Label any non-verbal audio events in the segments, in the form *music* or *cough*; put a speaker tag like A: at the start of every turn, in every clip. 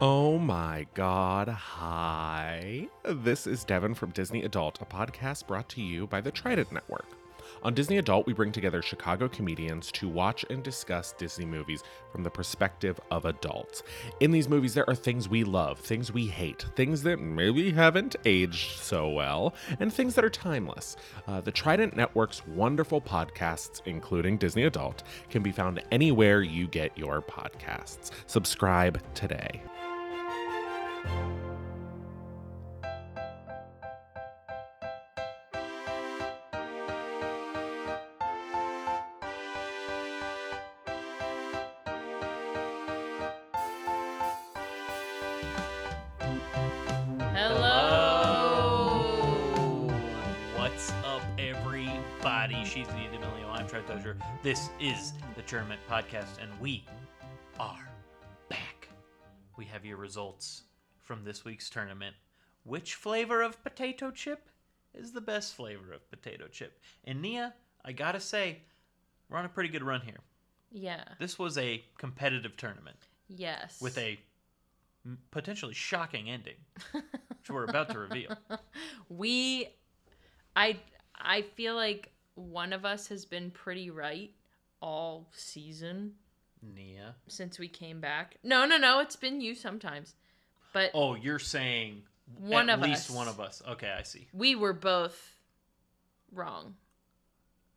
A: Oh my God. Hi. This is Devin from Disney Adult, a podcast brought to you by the Trident Network. On Disney Adult, we bring together Chicago comedians to watch and discuss Disney movies from the perspective of adults. In these movies, there are things we love, things we hate, things that maybe haven't aged so well, and things that are timeless. Uh, the Trident Network's wonderful podcasts, including Disney Adult, can be found anywhere you get your podcasts. Subscribe today.
B: Hello.
C: What's up, everybody? She's the D'Amelio. I'm Trent Dozier. This is the Tournament Podcast, and we are back. We have your results from this week's tournament. Which flavor of potato chip is the best flavor of potato chip? And Nia, I gotta say, we're on a pretty good run here.
B: Yeah.
C: This was a competitive tournament
B: Yes.
C: with a m- potentially shocking ending, which we're about to reveal.
B: we I I feel like one of us has been pretty right all season
C: Nia.
B: since we came back. No, no, no, it's been you sometimes. But
C: Oh, you're saying
B: One
C: at
B: of
C: least
B: us.
C: one of us. Okay, I see.
B: we were both wrong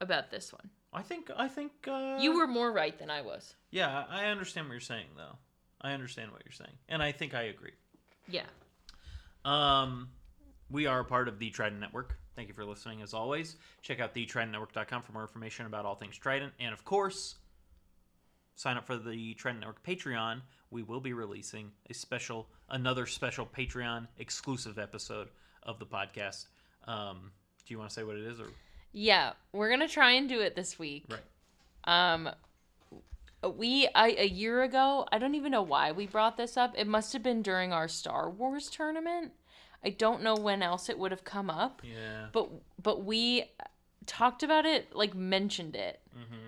B: about this one.
C: I think I think uh,
B: You were more right than I was.
C: Yeah, I understand what you're saying though. I understand what you're saying, and I think I agree.
B: Yeah.
C: Um, we are a part of the Trident Network. Thank you for listening, as always. Check out thetridentnetwork.com for more information about all things Trident, and of course, sign up for the Trident Network Patreon. We will be releasing a special, another special Patreon exclusive episode of the podcast. Um, do you want to say what it is, or
B: Yeah, we're going to try and do it this week.
C: right?
B: Um, we I, a year ago. I don't even know why we brought this up. It must have been during our Star Wars tournament. I don't know when else it would have come up.
C: Yeah.
B: But but we talked about it, like mentioned it.
C: Mm-hmm.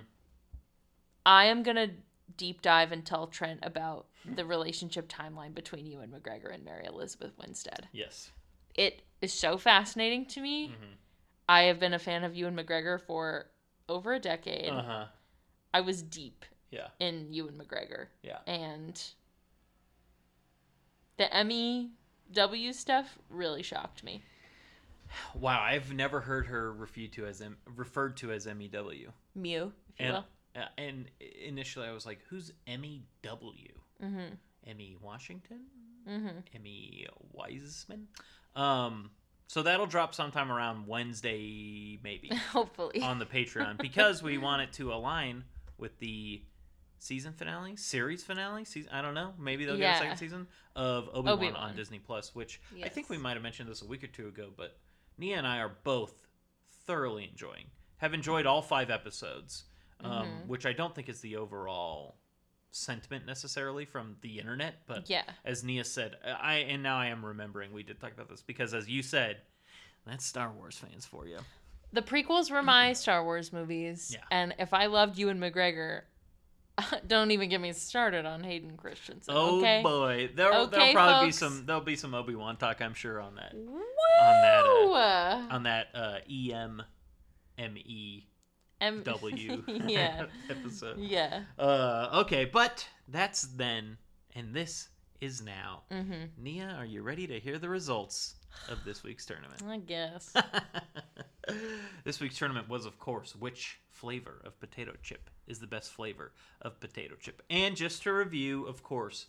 B: I am gonna deep dive and tell Trent about the relationship timeline between you and McGregor and Mary Elizabeth Winstead.
C: Yes.
B: It is so fascinating to me. I have been a fan of you and McGregor for over a decade.
C: Uh huh.
B: I was deep
C: Yeah.
B: in Ewan McGregor.
C: Yeah.
B: And the Emmy W stuff really shocked me.
C: Wow, I've never heard her referred to as M- referred to as MEW.
B: Mew, if you
C: And,
B: will.
C: uh, and initially, I was like, "Who's E MEW?
B: Mm-hmm.
C: Emmy E Washington?
B: Mm-hmm. *laughs*
C: Emmy Wiseman?" Um, so that'll drop sometime around Wednesday, maybe
B: Hopefully.
C: on
B: *laughs*
C: the Patreon because we want it to align with the season finale, series finale. Season, I don't know. Maybe they'll get a
B: Yeah.
C: second season of Obi Wan
B: Obi-Wan.
C: on Disney Plus, which I think
B: Yes.
C: we might have mentioned this a week or two ago. But Nia and I are both thoroughly enjoying, have enjoyed all five episodes, um,
B: Mhm.
C: which I don't think is the overall sentiment necessarily from the internet, but
B: yeah.
C: as Nia said, I and now I am remembering we did talk about this because as you said, that's Star Wars fans for you.
B: The prequels were my Star Wars movies.
C: Mm-hmm. Yeah.
B: And if I loved Ewan McGregor, *laughs* don't even get me started on Hayden Christensen.
C: Oh
B: okay.
C: boy, there,
B: Okay,
C: there'll probably
B: folks.
C: be some there'll be some Obi Wan talk, I'm sure, on that
B: Woo! Um,
C: that,
B: *laughs*
C: on that uh, E M M E
B: M-
C: W
B: yeah.
C: *laughs* episode.
B: Yeah.
C: Uh, okay, but that's then, and this is now.
B: Mm-hmm.
C: Nia, are you ready to hear the results of this week's tournament?
B: I guess.
C: *laughs* this week's tournament was, of course, which flavor of potato chip is the best flavor of potato chip? And just to review, of course,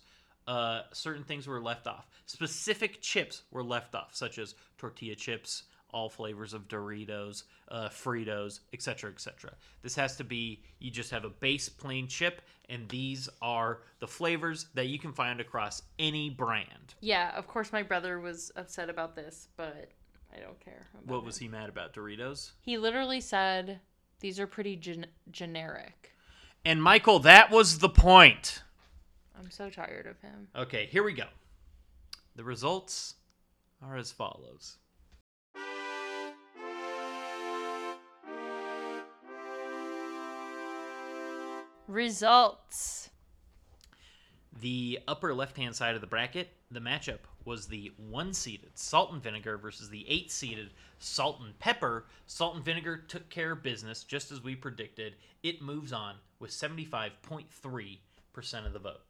C: uh, certain things were left off. Specific chips were left off, such as tortilla chips, all flavors of Doritos, uh, Fritos, etc., etc. This has to be you just have a base plain chip, and these are the flavors that you can find across any brand.
B: yeah, of course my brother was upset about this, but I don't care. about
C: What
B: it.
C: was he mad about? Doritos?
B: He literally said, "These are pretty gen- generic."
C: And Michael, that was the point.
B: I'm so tired of him.
C: Okay, here we go. The results are as follows.
B: Results.
C: The upper left hand side of the bracket, the matchup was the one seeded salt and vinegar versus the eight seeded salt and pepper. Salt and vinegar took care of business just as we predicted. It moves on with 75.3% of the vote.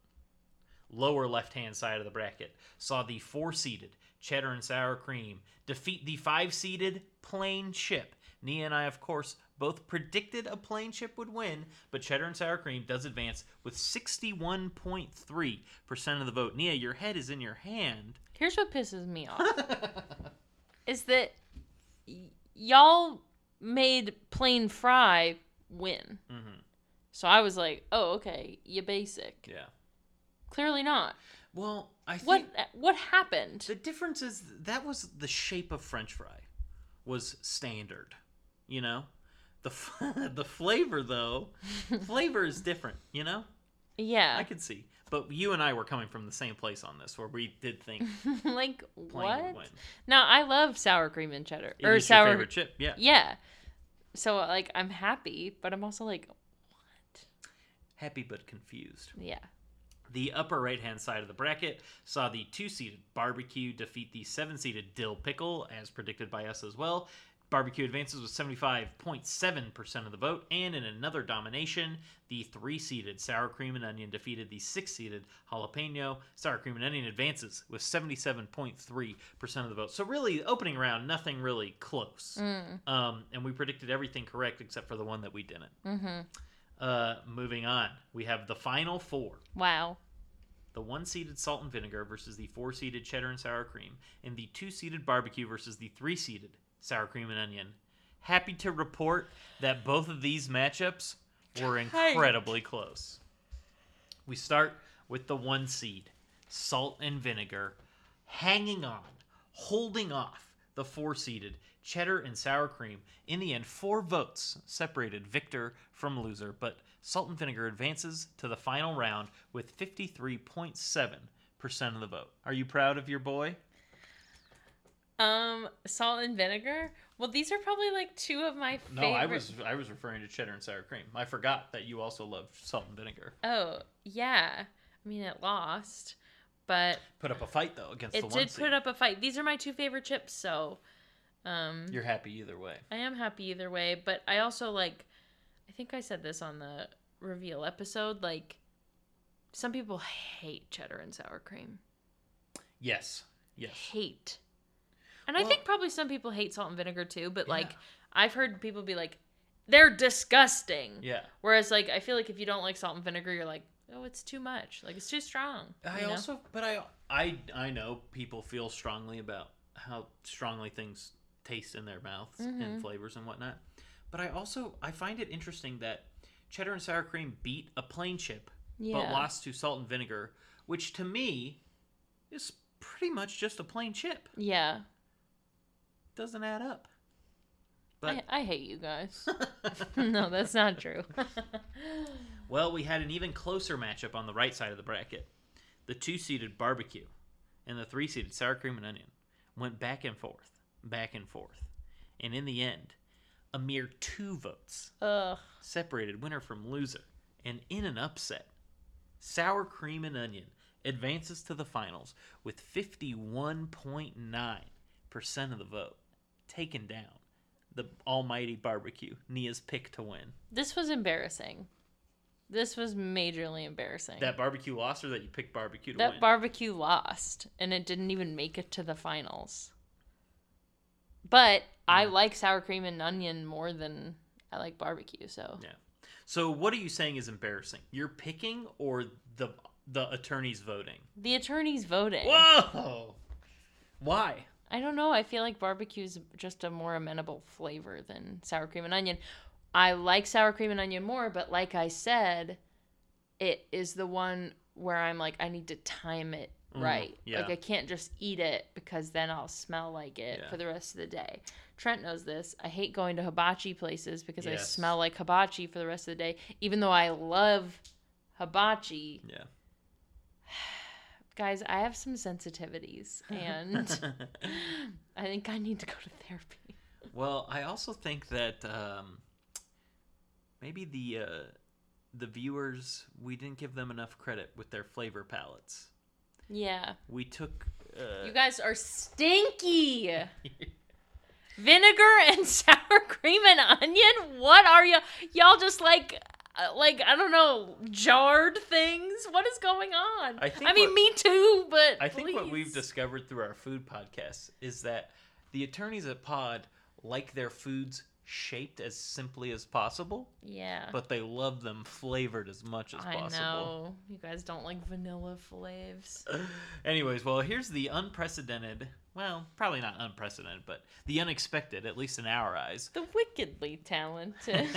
C: Lower left hand side of the bracket saw the four seeded cheddar and sour cream defeat the five seeded plain chip. Nia and I, of course, both predicted a plain chip would win, but cheddar and sour cream does advance with 61.3% of the vote. Nia, your head is in your hand.
B: Here's what pisses me
C: *laughs*
B: off is that y- y'all made plain fry win.
C: Mhm.
B: So I was like, oh, okay, you basic.
C: Yeah.
B: Clearly not.
C: Well, I think *laughs*
B: What what happened?
C: the difference is that was the shape of french fry was standard, you know? The f- *laughs* the flavor though, flavor is different, you know?
B: yeah.
C: I could see. But you and I were coming from the same place on this where we did
B: *laughs*
C: think
B: like
C: plain
B: what?
C: would win.
B: Now I love sour cream and cheddar
C: It
B: or
C: is your
B: sour.
C: favorite chip. Yeah.
B: Yeah. So like I'm happy, but I'm also like
C: Happy but confused.
B: yeah.
C: The upper right hand side of the bracket saw the two seeded barbecue defeat the seven seeded dill pickle, as predicted by us as well. Barbecue advances with 75.7% of the vote, and in another domination, the three seeded sour cream and onion defeated the six seeded jalapeno. Sour cream and onion advances with 77.3% of the vote. So, really, opening round, nothing really close.
B: Mm.
C: Um, and we predicted everything correct except for the one that we didn't.
B: Mm-hmm.
C: Uh, moving on, we have the final four
B: Wow.
C: the one seeded salt and vinegar versus the four seeded cheddar and sour cream, and the two seeded barbecue versus the three seeded sour cream and onion. Happy to report that both of these matchups were
B: Tight.
C: incredibly close. We start with the one seed, salt and vinegar, hanging on, holding off the four seeded cheddar and sour cream. In the end, four votes separated victor from loser, but salt and vinegar advances to the final round with 53.7% of the vote. Are you proud of your boy?
B: Um, salt and vinegar. Well, these are probably like two of my favorite.
C: No, I was I was referring to cheddar and sour cream. I forgot that you also love salt and vinegar.
B: Oh yeah. I mean, it lost, but
C: Put up a fight though against the
B: it
C: one
B: did
C: seed.
B: put up a fight. These are my two favorite chips, so um,
C: You're happy either way.
B: I am happy either way. But I also like. I think I said this on the reveal episode. Like, some people hate cheddar and sour cream.
C: Yes. Yes.
B: hate. And I
C: Well-
B: think probably some people hate salt and vinegar too, but like
C: Yeah.
B: I've heard people be like, they're disgusting.
C: Yeah.
B: Whereas like I feel like if you don't like salt and vinegar, you're like, oh, it's too much. Like it's too strong.
C: I
B: you know?
C: also, but I, I, I know people feel strongly about how strongly things taste in their mouths
B: Mm-hmm.
C: and flavors and whatnot. But I also, I find it interesting that cheddar and sour cream beat a plain chip, but
B: Yeah.
C: lost to salt and vinegar, which to me is pretty much just a plain chip.
B: Yeah.
C: Doesn't add up. But
B: I, I hate you
C: *laughs*
B: guys. *laughs* no, that's not true.
C: Well, we had an even closer matchup on the right side of the bracket. The two seeded barbecue and the three seeded sour cream and onion went back and forth, back and forth. And in the end, a mere two votes
B: Ugh.
C: separated winner from loser. And in an upset, sour cream and onion advances to the finals with 51.9% of the vote, taken down the almighty barbecue, Nia's pick to win.
B: This was embarrassing. This was majorly embarrassing.
C: That barbecue lost or that you picked barbecue to
B: That
C: win?
B: barbecue lost and it didn't even make it to the finals. But I like sour cream and onion more than I like barbecue, so
C: yeah. So what are you saying is embarrassing? You're picking or the the attorney's voting?
B: the attorney's voting.
C: Whoa! Why?
B: I don't know. I feel like barbecue is just a more amenable flavor than sour cream and onion. I like sour cream and onion more, but like I said, it is the one where I'm like, I need to time it
C: Mhm,
B: right.
C: yeah.
B: Like, I can't just eat it because then I'll smell like it
C: Yeah.
B: for the rest of the day. Trent knows this. I hate going to hibachi places because I
C: Yes.
B: smell like hibachi for the rest of the day, even though I love hibachi
C: Yeah.
B: guys i have some
C: *laughs*
B: sensitivities and *laughs* i think i need to go to therapy
C: Well, I also think that um, maybe the uh, the viewers we didn't give them enough credit with their flavor palettes.
B: Yeah.
C: We took uh,
B: You guys are stinky. *laughs* Vinegar and *laughs* sour cream and onion? What are you? Y'all just like, uh, like I don't know, jarred things. What is going on?
C: I
B: I,
C: think
B: mean,
C: what-
B: me too. But
C: I think what we've
B: please.
C: discovered through our food podcasts is that the attorneys at Pod like their foods shaped as simply as possible,
B: Yeah.
C: but they love them flavored as much as
B: I
C: possible.
B: know you guys don't like vanilla flavors.
C: *laughs* Anyways, well, here's the unprecedented, well, probably not unprecedented, but the unexpected, at least in our
B: *laughs*
C: eyes. *laughs*
B: The wickedly talented.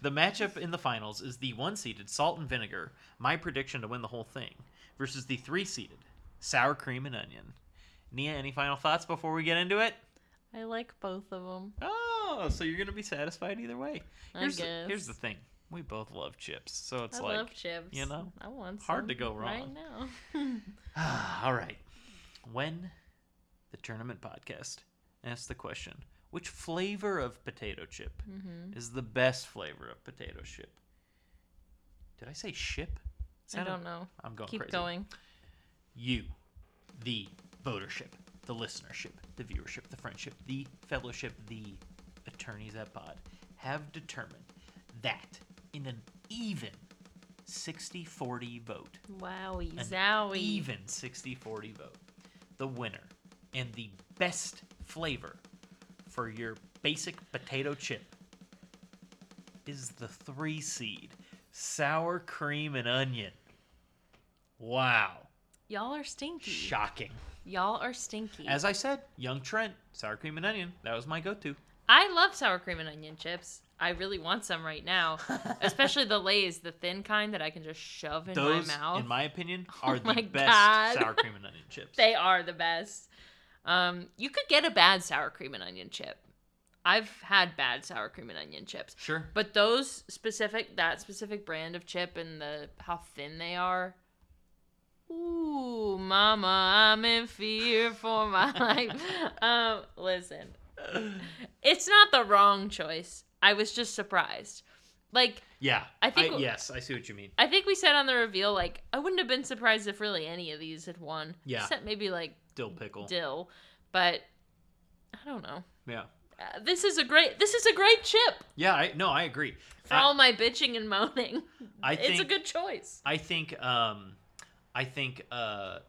C: the matchup in the finals is the one seeded Salt and Vinegar, my prediction to win the whole thing, versus the three seeded Sour Cream and Onion. Nia, any final thoughts before we get into it?
B: I like both of them.
C: Oh, so you're gonna be satisfied either way.
B: I
C: Here's, The,
B: guess.
C: here's the thing: we both love chips, so it's
B: I
C: like,
B: love chips.
C: you know,
B: I want
C: hard
B: some
C: to go
B: right
C: wrong.
B: now. *laughs*
C: Ah, all right. When the tournament podcast asks the question, which flavor of potato chip
B: Mm-hmm.
C: is the best flavor of potato chip? Did I say ship?
B: I
C: Sounded-
B: don't know.
C: I'm going
B: Keep
C: crazy.
B: going.
C: you, the votership, the listenership, the viewership, the friendship, the fellowship, the attorneys at pod have determined that in an even 60 40 vote,
B: Wowie,
C: an
B: zowie.
C: even 60 40 vote, the winner and the best flavor for your basic potato chip is the three seed sour cream and onion. Wow.
B: Y'all are stinky.
C: Shocking.
B: Y'all are stinky.
C: As I said, Young Trent, sour cream and onion. That was my go-to.
B: I love sour cream and onion chips. I really want some right
C: *laughs*
B: now, especially the Lay's, the thin kind that I can just shove in
C: Those,
B: my mouth. Oh
C: in
B: *laughs*
C: my opinion, are the
B: my
C: best
B: God.
C: sour cream and onion chips.
B: They are the best. Um, you could get a bad sour cream and onion chip. I've had bad sour cream and onion chips,
C: sure.
B: but those specific that specific brand of chip and the how thin they are. Ooh, mama, I'm in fear for my *laughs* life. Um, listen, it's not the wrong choice. I was just surprised. Like
C: Yeah.
B: I think-
C: yes, I see what you mean.
B: I think we said on the reveal, like I wouldn't have been surprised if really any of these had won.
C: Yeah.
B: except maybe like
C: Dill pickle.
B: dill but i don't know
C: yeah.
B: uh, this is a great this is a great chip
C: Yeah, I no, I agree.
B: for
C: I,
B: all my bitching and moaning
C: I
B: it's
C: think
B: a good choice
C: I think um I think uh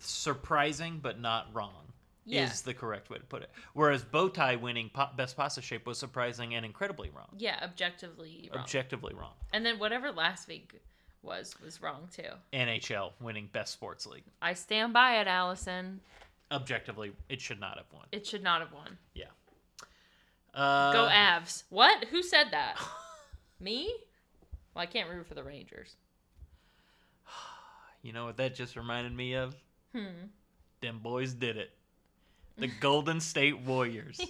C: surprising but not wrong
B: Yeah.
C: is the correct way to put it. Whereas bow tie winning po- best pasta shape was surprising and incredibly wrong.
B: yeah objectively wrong
C: Objectively wrong.
B: and then whatever last week was was wrong too
C: NHL winning best sports league.
B: i stand by it allison
C: Objectively, it should not have won.
B: it should not have won
C: Yeah. Uh,
B: go avs what who said that *laughs* me well i can't root for the rangers
C: You know what that just reminded me of?
B: Hmm.
C: Them boys did it. The Golden State
B: *laughs*
C: Warriors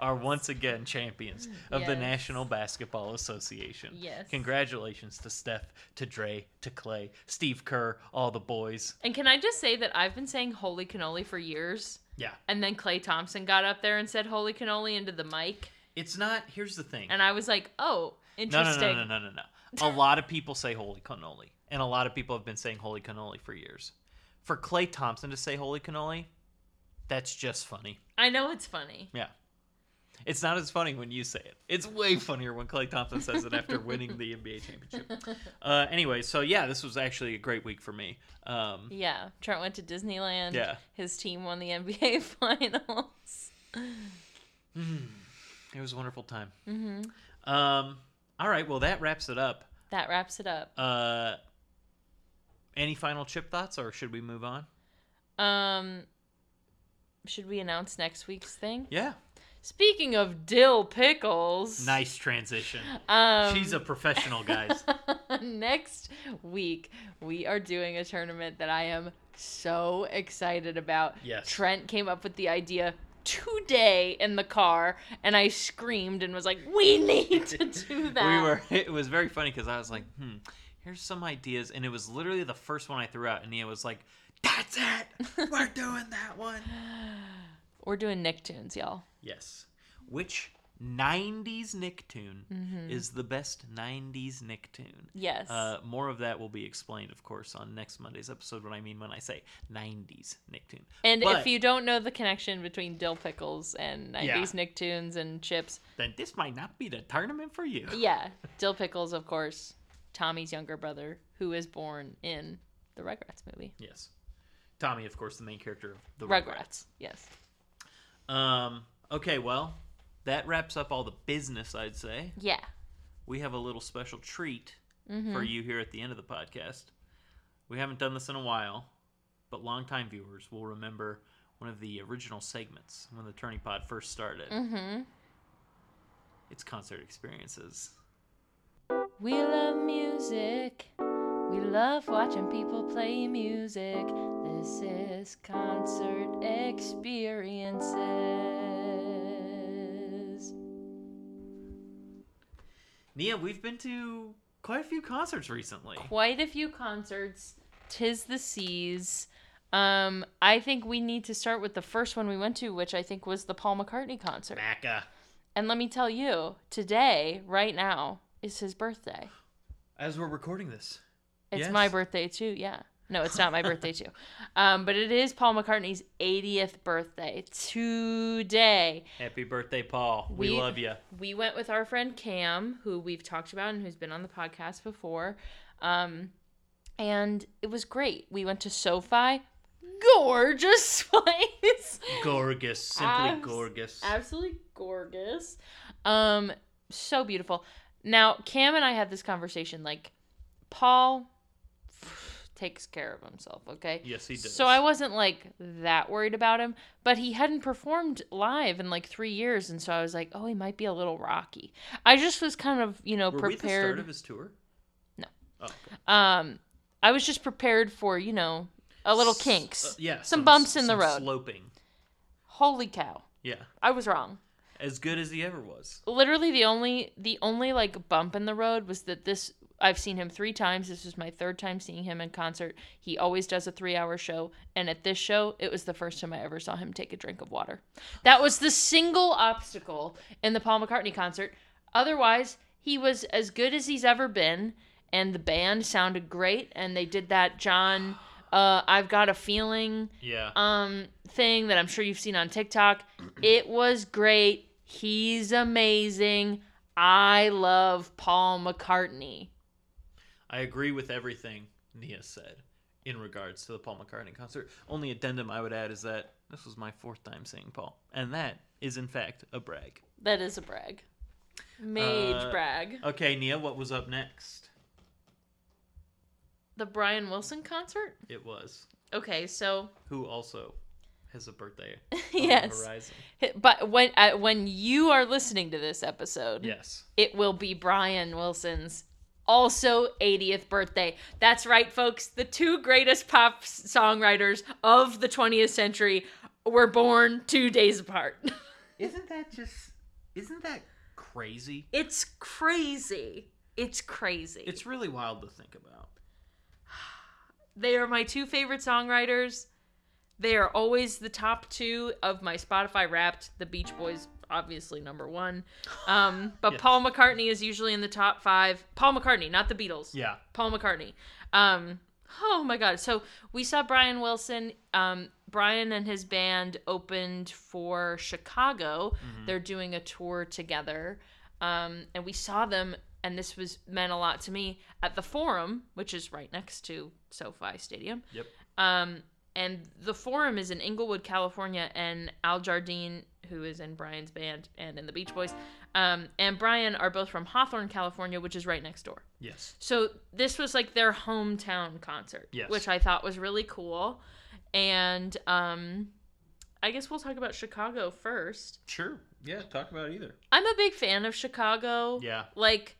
C: are once again champions of the
B: Yes.
C: National Basketball Association.
B: Yes.
C: Congratulations to Steph, to Dre, to Clay, Steve Kerr, all the boys.
B: and can i just say that i've been saying holy cannoli for years
C: Yeah.
B: and then clay thompson got up there and said holy cannoli into the mic
C: It's not, here's the thing.
B: And I was like, oh,
C: No, no,
B: interesting.
C: no, no, no, no, no. A *laughs* lot of people say holy cannoli, and a lot of people have been saying holy cannoli for years. For Clay Thompson to say holy cannoli, that's just funny.
B: I know it's funny.
C: Yeah. It's not as funny when you say it. It's way funnier when Clay Thompson says it after winning the NBA *laughs* championship. Uh, anyway, so yeah, this was actually a great week for me. Um,
B: Yeah. Trent went to Disneyland.
C: Yeah.
B: His team won the NBA *laughs* finals.
C: it was a wonderful time. Mm-hmm. Um, all right, well, that wraps it up.
B: That wraps it up.
C: Uh, any final chip thoughts, or should we move on?
B: Um should we announce next week's thing?
C: Yeah.
B: Speaking of dill pickles.
C: Nice transition.
B: Um
C: She's a professional, *laughs* guys.
B: *laughs* next week we are doing a tournament that I am so excited about.
C: Yes.
B: Trent came up with the idea today in the car and I screamed and was like,
C: *laughs*
B: We need to do that.
C: We were. *laughs* It was very funny because I was like, "Hmm, here's some ideas," and it was literally the first one I threw out, and Nia was like,
B: *laughs*
C: "That's it. We're doing that one."
B: We're doing Nicktoons, y'all.
C: Yes. Which 90s Nicktoon is the best 90s Nicktoon.
B: Mm-hmm. Yes.
C: Uh, more of that will be explained, of course, on next Monday's episode. What I mean when I say 90s Nicktoon.
B: and
C: But
B: if you don't know the connection between dill pickles and 90s
C: Yeah.
B: Nicktoons and chips,
C: Then this might not be the tournament for you.
B: yeah, dill pickles, of course, Tommy's younger brother, who is born in the Rugrats movie.
C: Yes. Tommy, of course, the main character of the
B: Rugrats, yes.
C: Rugrats. Um, okay, well, that wraps up all the business, I'd say.
B: Yeah.
C: We have a little special treat
B: Mm-hmm.
C: for you here at the end of the podcast. We haven't done this in a while, but longtime viewers will remember one of the original segments when the Tourney Pod first started.
B: Mm-hmm.
C: It's concert experiences.
B: We love music. We love watching people play music. This is concert experiences.
C: Nia, we've been to quite a few concerts recently.
B: Quite a few concerts. Tis the seas. Um, I think we need to start with the first one we went to, which I think was the Paul McCartney concert.
C: Maca.
B: And let me tell you, today, right now, is his birthday.
C: As we're recording this.
B: It's
C: Yes.
B: my birthday too. Yeah. No, it's not my birthday too. Um, but it is Paul McCartney's 80th birthday today.
C: Happy birthday, Paul. We,
B: We-
C: love you.
B: *laughs* We went with our friend Cam, who we've talked about and who's been on the podcast before. Um, and it was great. We went to SoFi. Gorgeous *laughs* place.
C: Gorgas. Simply
B: Abs-
C: gorgeous.
B: Absolutely gorgeous. Um, so beautiful. Now, Cam and I had this conversation. Like, Paul *sighs* takes care of himself, okay?
C: yes, he does.
B: So I wasn't like that worried about him, but he hadn't performed live in like three years, and so I was like, oh, he might be a little rocky. I just was kind of, you know,
C: Were we at the
B: prepared.
C: start of his tour?
B: No.
C: Oh, okay.
B: um, I was just prepared for, you know, a little
C: S-
B: kinks,
C: uh, yeah.
B: some, bumps in the
C: some
B: road.
C: Sloping.
B: Holy cow,
C: Yeah.
B: I was wrong.
C: As good as he ever was.
B: literally the only the only like bump in the road was that this I've seen him three times. This was my third time seeing him in concert. He always does a three hour show, and at this show, it was the first time I ever saw him take a drink of water. That was the single obstacle in the Paul McCartney concert. Otherwise, he was as good as he's ever been, and the band sounded great, and they did that John, uh, I've got a feeling
C: Yeah.
B: um thing that I'm sure you've seen on TikTok. It was great. He's amazing. I love Paul McCartney.
C: I agree with everything Nia said in regards to the Paul McCartney concert. Only addendum I would add is that this was my fourth time seeing Paul, and that is in fact a brag.
B: That is a brag. Mage
C: Uh,
B: brag.
C: Okay, Nia, what was up next?
B: The Brian Wilson concert?
C: It was
B: Okay, so *laughs*
C: who also has a birthday on
B: Yes.
C: the horizon.
B: but when uh, when you are listening to this episode,
C: Yes.
B: it will be Brian Wilson's also 80th birthday. That's right, folks. The two greatest pop s- songwriters of the 20th century were born two days apart. *laughs*
C: Isn't that just? Isn't that crazy?
B: It's crazy. It's crazy.
C: It's really wild to think about.
B: they are my two favorite songwriters. They are always the top two of my Spotify Wrapped. The Beach Boys, obviously number one, um, but
C: *laughs* Yes.
B: Paul McCartney is usually in the top five. Paul McCartney, not the Beatles.
C: Yeah.
B: Paul McCartney. Um, oh my God. So we saw Brian Wilson. Um, Brian and his band opened for Chicago. They're doing a tour together. Um, and we saw them, and this was meant a lot to me at the Forum, which is right next to SoFi Stadium.
C: Yep.
B: Um, and the forum is in Inglewood, California, and Al Jardine, who is in Brian's band and in the Beach Boys, um, and Brian are both from Hawthorne, California, which is right next door.
C: Yes.
B: So this was like their hometown concert,
C: Yes.
B: which I thought was really cool. And um, I guess we'll talk about Chicago first.
C: Sure. Yeah. Talk about either.
B: I'm a big fan of Chicago.
C: Yeah.
B: Like,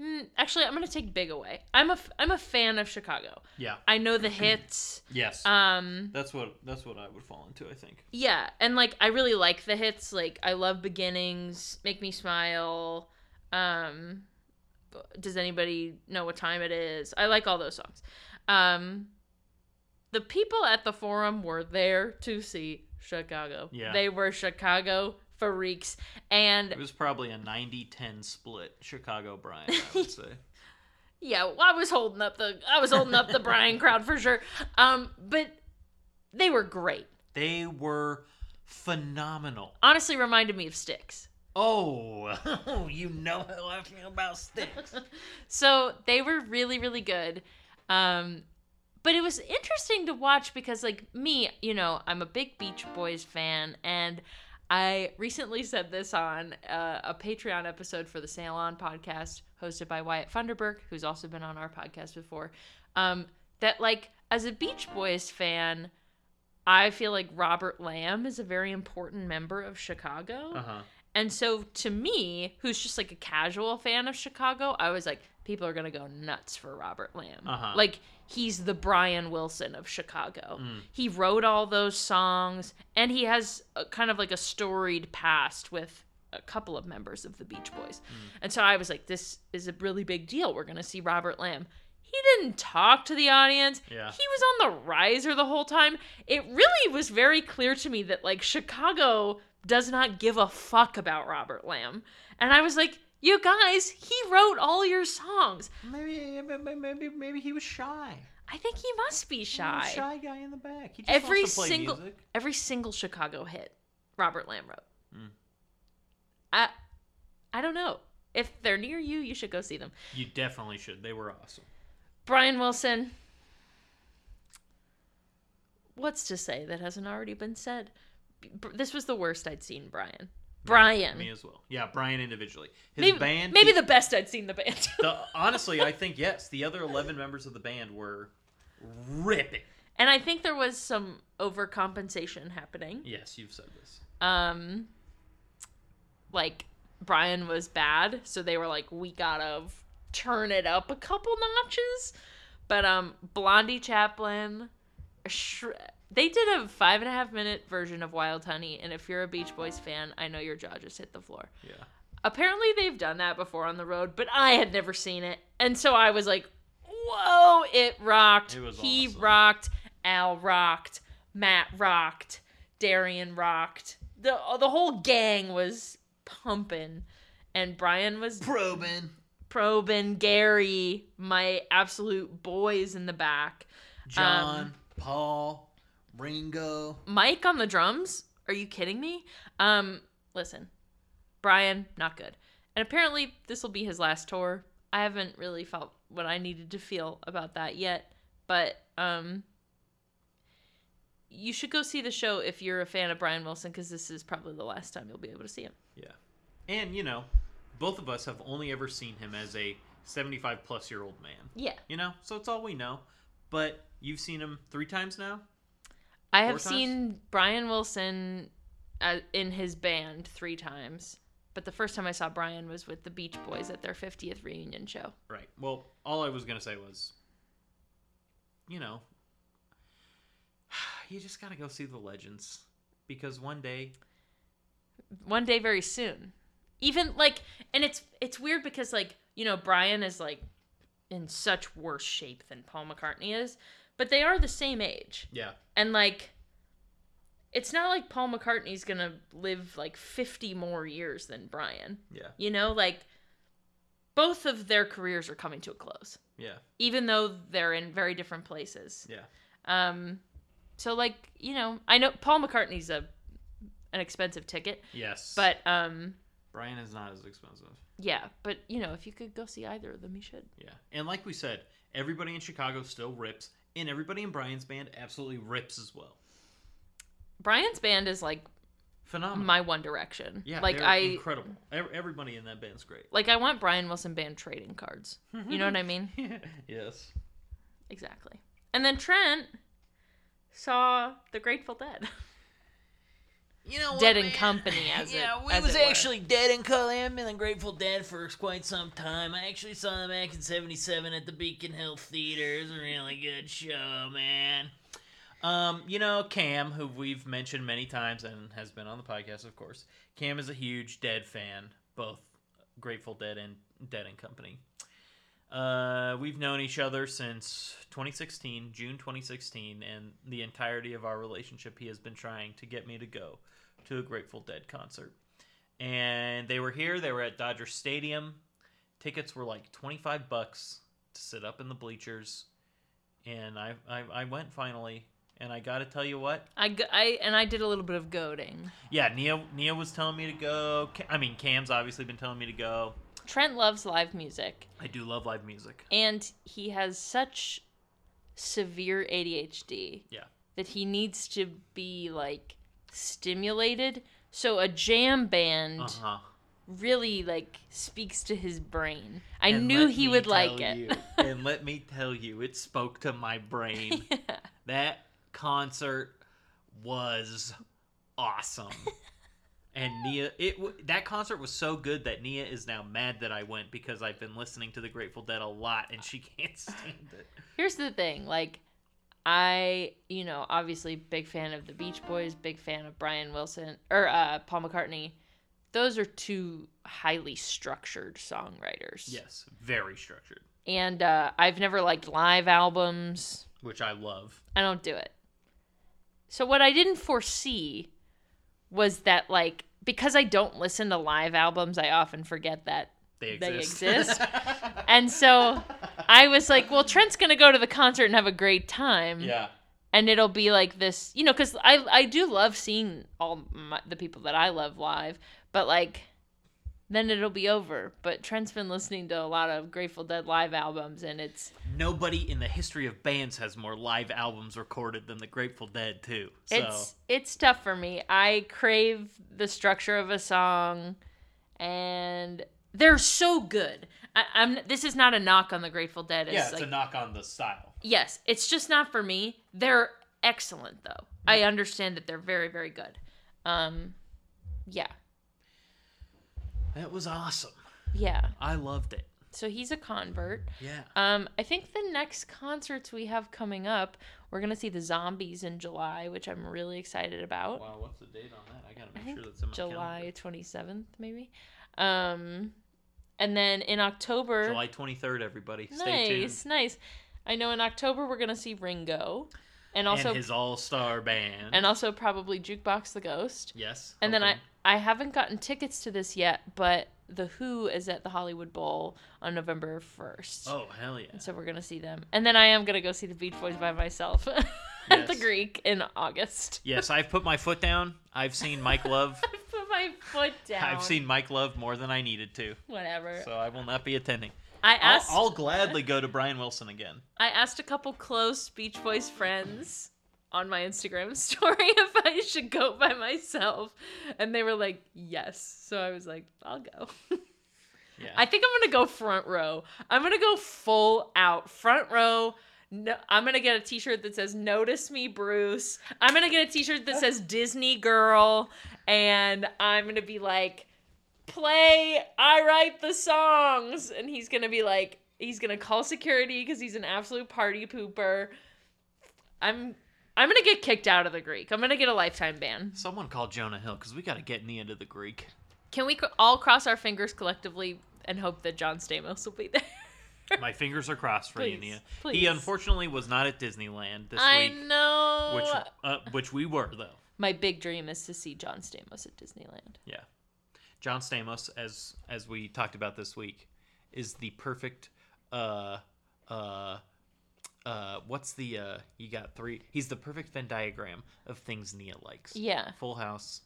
B: mm, actually, I'm gonna take big away. I'm a f- I'm a fan of Chicago.
C: Yeah.
B: I know the hits.
C: Yes.
B: Um,
C: that's what. That's what I would fall into. I think.
B: Yeah, and like I really like the hits. Like I love Beginnings, Make Me Smile. Um does anybody know what time it is? I like all those songs. Um the people at the forum were there to see Chicago.
C: Yeah.
B: They were Chicago freaks. And
C: It was probably a 90-10 split. Chicago Brian, I *laughs* would say.
B: yeah, well, I was holding up the I was holding up the Brian crowd for sure. Um, but they were great.
C: they were phenomenal.
B: Honestly, reminded me of Sticks.
C: Oh, *laughs* you know how I feel about sticks.
B: So they were really, really good. Um, but it was interesting to watch because, like me, you know, I'm a big Beach Boys fan, and I recently said this on uh, a Patreon episode for the Salon podcast hosted by Wyatt Funderburk, who's also been on our podcast before. Um, that, like, as a Beach Boys fan, I feel like Robert Lamb is a very important member of Chicago.
C: Uh-huh.
B: And so to me, who's just like a casual fan of Chicago, I was like, people are going to go nuts for Robert Lamb.
C: Uh-huh.
B: Like, he's the Brian Wilson of Chicago.
C: Mm.
B: He wrote all those songs, and he has a, kind of like a storied past with a couple of members of the Beach Boys.
C: Mm.
B: And so I was like, this is a really big deal. We're going to see Robert Lamb. He didn't talk to the audience.
C: Yeah.
B: He was on the riser the whole time. It really was very clear to me that like Chicago does not give a fuck about Robert Lamb. And I was like, you guys, he wrote all your songs.
C: Maybe, maybe, maybe, maybe he was shy.
B: I think he must be
C: He was
B: shy.
C: a shy guy in the back. He just
B: Every
C: wants to play
B: single
C: music.
B: every single Chicago hit Robert Lamb wrote.
C: Mm.
B: I I don't know. If they're near you, you should go see them.
C: You definitely should. They were awesome.
B: Brian Wilson. What's to say that hasn't already been said? B- b- This was the worst I'd seen Brian. Brian.
C: Me as well. Yeah, Brian individually. His
B: maybe,
C: band.
B: maybe the best I'd seen the band. *laughs*
C: the honestly, I think yes. The other eleven members of the band were ripping.
B: and I think there was some overcompensation happening.
C: Yes, you've said this.
B: Um like Brian was bad, so they were like we got to turn it up a couple notches. But um Blondie Chaplin Shre- they did a five and a half minute version of Wild Honey, and if you're a Beach Boys fan, I know your jaw just hit the floor.
C: Yeah.
B: Apparently, they've done that before on the road, but I had never seen it, and so I was like, "Whoa, it rocked!
C: It was
B: he
C: awesome.
B: rocked! Al rocked! Matt rocked! Darian rocked! the The whole gang was pumping, and Brian was
C: Probin,
B: probing Gary, my absolute boys in the back.
C: John, Paul, Ringo.
B: Mike on the drums? Are you kidding me? Um, listen, Brian, not good. And apparently, this will be his last tour. I haven't really felt what I needed to feel about that yet, but um, you should go see the show if you're a fan of Brian Wilson because this is probably the last time you'll be able to see him.
C: Yeah. And you know, both of us have only ever seen him as a seventy-five plus year old man.
B: Yeah,
C: You know, so it's all we know. But you've seen him three times now.
B: I
C: Four
B: have
C: times?
B: seen Brian Wilson uh, in his band three times, but the first time I saw Brian was with the Beach Boys at their 50th reunion show.
C: Right. Well, all I was gonna say was, you know, *sighs* you just gotta go see the legends because one day
B: one day very soon even like and it's it's weird because like you know brian is like in such worse shape than paul mccartney is but they are the same age
C: Yeah.
B: and like it's not like paul mccartney's gonna live like 50 more years than brian
C: Yeah.
B: you know like both of their careers are coming to a close
C: Yeah.
B: even though they're in very different places
C: Yeah.
B: um so like you know i know paul mccartney's a an expensive ticket
C: Yes.
B: but um
C: Brian is not as expensive.
B: Yeah, but you know, if you could go see either of them, you should.
C: Yeah. And like we said, everybody in Chicago still rips, and everybody in Brian's band absolutely rips as well.
B: Brian's band is like
C: Phenomenal.
B: my One Direction.
C: yeah.
B: like
C: they're
B: I
C: incredible. Ev- Everybody in that band's great. *laughs*
B: like I want Brian Wilson band trading cards. You know what I
C: *laughs*
B: mean?
C: yes.
B: Exactly. And then Trent saw The Grateful Dead. *laughs*
C: You know,
B: Dead and
C: *laughs*
B: Company as it-
C: yeah, we
B: as
C: was
B: it were.
C: actually dead and co- I am in the Grateful Dead for quite some time. I actually saw them back in '77 at the Beacon Hill Theater. It was a really good show, man. Um, you know, Cam, who we've mentioned many times and has been on the podcast, of course. Cam is a huge Dead fan, both Grateful Dead and Dead and Company. Uh, we've known each other since 2016, June 2016, and the entirety of our relationship, he has been trying to get me to go to a Grateful Dead concert. and they were here. They were at Dodger Stadium. Tickets were like twenty five bucks to sit up in the bleachers, and I I, I went finally. And I got to tell you what,
B: I, go- I and I did a little bit of goading.
C: yeah, Nia Nia was telling me to go. Ca- I mean, Cam's obviously been telling me to go.
B: Trent loves live music,
C: I do love live music.
B: and he has such severe ADHD
C: Yeah.
B: that he needs to be like stimulated. So a jam band
C: Uh huh.
B: really like speaks to his brain. I knew he would like it.
C: and let me tell you, it spoke to my brain.
B: *laughs*
C: That concert was
B: *laughs*
C: awesome. and Nia, it w- that concert was so good that Nia is now mad that I went because I've been listening to the Grateful Dead a lot and she *laughs* can't stand it.
B: *laughs* Here's the thing, like I, you know, obviously big fan of the Beach Boys, big fan of Brian Wilson or uh Paul McCartney. Those are two highly structured songwriters.
C: Yes, very structured,
B: And uh I've never liked live albums.
C: which I love.
B: I don't do it. So what I didn't foresee was that like because I don't listen to live albums, I often forget that.
C: They
B: They
C: exist. *laughs*
B: exist. And so I was like, well, Trent's going to go to the concert and have a great time.
C: yeah.
B: And it'll be like this, you know, cuz I I do love seeing all my, the people that I love live, but like then it'll be over. But Trent's been listening to a lot of Grateful Dead live albums and it's
C: Nobody in the history of bands has more live albums recorded than the Grateful Dead, too. So
B: It's it's tough for me. I crave the structure of a song, and they're so good. I, I'm. This is not a knock on the Grateful Dead. It's
C: yeah, it's
B: like,
C: a knock on the style.
B: yes, it's just not for me. They're excellent though. I understand that they're very very good. Um, yeah,
C: That was awesome.
B: yeah.
C: I loved it.
B: So he's a convert.
C: Yeah.
B: Um, I think the next concerts we have coming up, we're gonna see the Zombies in July, which I'm really excited about.
C: Wow, what's the date on that? I gotta
B: I
C: make
B: think
C: sure that's in my
B: July twenty seventh, maybe. Um, and then in October,
C: calendar. July 23rd, everybody. Stay tuned.
B: nice, nice. I know in October we're gonna see Ringo, and also
C: and
B: and,
C: his all-star band.
B: also probably Jukebox the Ghost.
C: yes.
B: And then I
C: hoping.
B: I haven't gotten tickets to this yet, but the Who is at the Hollywood Bowl on November first.
C: Oh hell yeah!
B: So we're gonna see them, and then I am gonna go see the Beach Boys by myself *laughs* at the
C: Yes.
B: Greek in August. *laughs*
C: yes, I've put my foot down. I've seen Mike Love.
B: I put my foot down.
C: *laughs* I've seen Mike Love more than I needed to,
B: whatever.
C: so I will not be attending.
B: I
C: I'll,
B: asked.
C: I'll gladly go to Brian Wilson again.
B: *laughs* I asked a couple close Beach Boys friends on my Instagram *laughs* story if I should go by myself, and they were like, "Yes." So I was like, "I'll go."
C: Yeah.
B: I think I'm gonna go front row. I'm gonna go full out front row. No, I'm gonna get a T-shirt that says "Notice Me, Bruce." I'm gonna get a T-shirt that *laughs* says "Disney Girl," and I'm gonna be like, "Play, I write the songs," and he's gonna be like, he's gonna call security because he's an absolute party pooper. I'm, I'm gonna get kicked out of the Greek. I'm gonna get a lifetime ban.
C: Someone call Jonah Hill because we gotta get in the end of the Greek.
B: Can we c- all cross our fingers collectively and hope that John Stamos will be there?
C: My fingers are crossed for you,
B: Please,
C: Nia. He
B: please.
C: unfortunately was not at Disneyland this
B: I
C: week,
B: know.
C: which uh, which we were though.
B: My big dream is to see John Stamos at Disneyland.
C: Yeah. John Stamos, as as we talked about this week, is the perfect uh uh uh what's the uh you got three he's the perfect Venn diagram of things Nia likes.
B: Yeah,
C: Full House,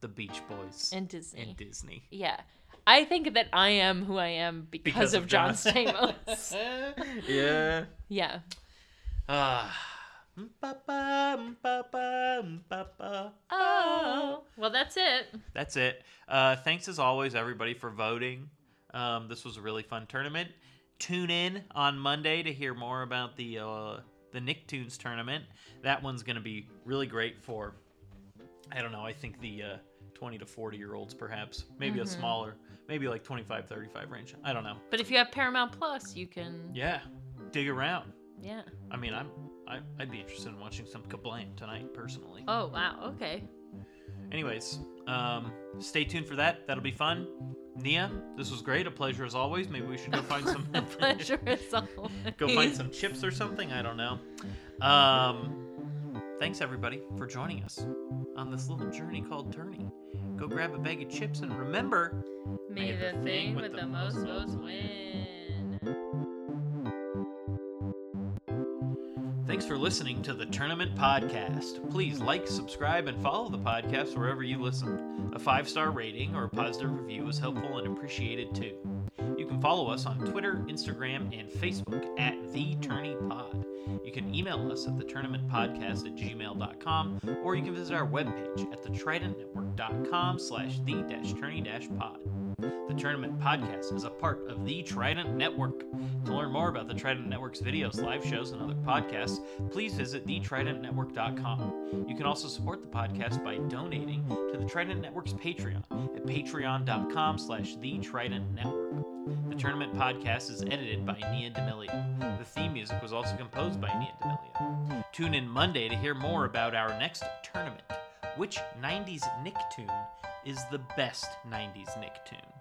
C: the Beach Boys,
B: and Disney.
C: and Disney.
B: yeah, I think that I am who I am because, of, John Stamos.
C: yeah.
B: *laughs* yeah,
C: Ah. Mm-pa-pa, mm-pa-pa, mm-pa-pa.
B: Oh, well, that's it.
C: That's it. Uh, thanks as always, everybody, for voting. Um, this was a really fun tournament. Tune in on Monday to hear more about the uh, the Nicktoons tournament. That one's going to be really great for, I don't know, I think the uh, 20 to 40 year olds, perhaps. Maybe a smaller, maybe like 25, 35 range. I don't know.
B: But if you have Paramount Plus, you can.
C: Yeah, dig around.
B: Yeah.
C: I mean, I'm. I- I'd be interested in watching some Kablam tonight, personally.
B: Oh wow. Okay.
C: Anyways, um, stay tuned for that. That'll be fun. Nia, this was great. A pleasure as always. Maybe
B: *laughs*
C: we should go find some
B: A *laughs*
C: *laughs*
B: pleasure is all.
C: go find some chips or something. I don't know. Um, Thanks, everybody, for joining us on this little journey called Turning. Go grab a bag of chips and remember
B: May the thing with the most votes win.
C: Thanks for listening to the Tournament Podcast. Please like, subscribe, and follow the podcast wherever you listen. A five star rating or a positive review is helpful and appreciated too. You can follow us on Twitter, Instagram, and Facebook at The Tourney Pod. You can email us at thetournamentpodcast at gmail.com or you can visit our webpage at thetridentnetwork.com slash the dash tourney dash pod. The Tournament Podcast is a part of the Trident Network. To learn more about the Trident Network's videos, live shows, and other podcasts, please visit thetridentnetwork.com. You can also support the podcast by donating to the Trident Network's Patreon at patreon.com slash the Trident Network. The Tournament Podcast is edited by Nia D'Amelio. The theme music was also composed by Nia D'Amelio. Tune in Monday to hear more about our next tournament. Which 90s Nicktoon is the best 90s Nicktoon?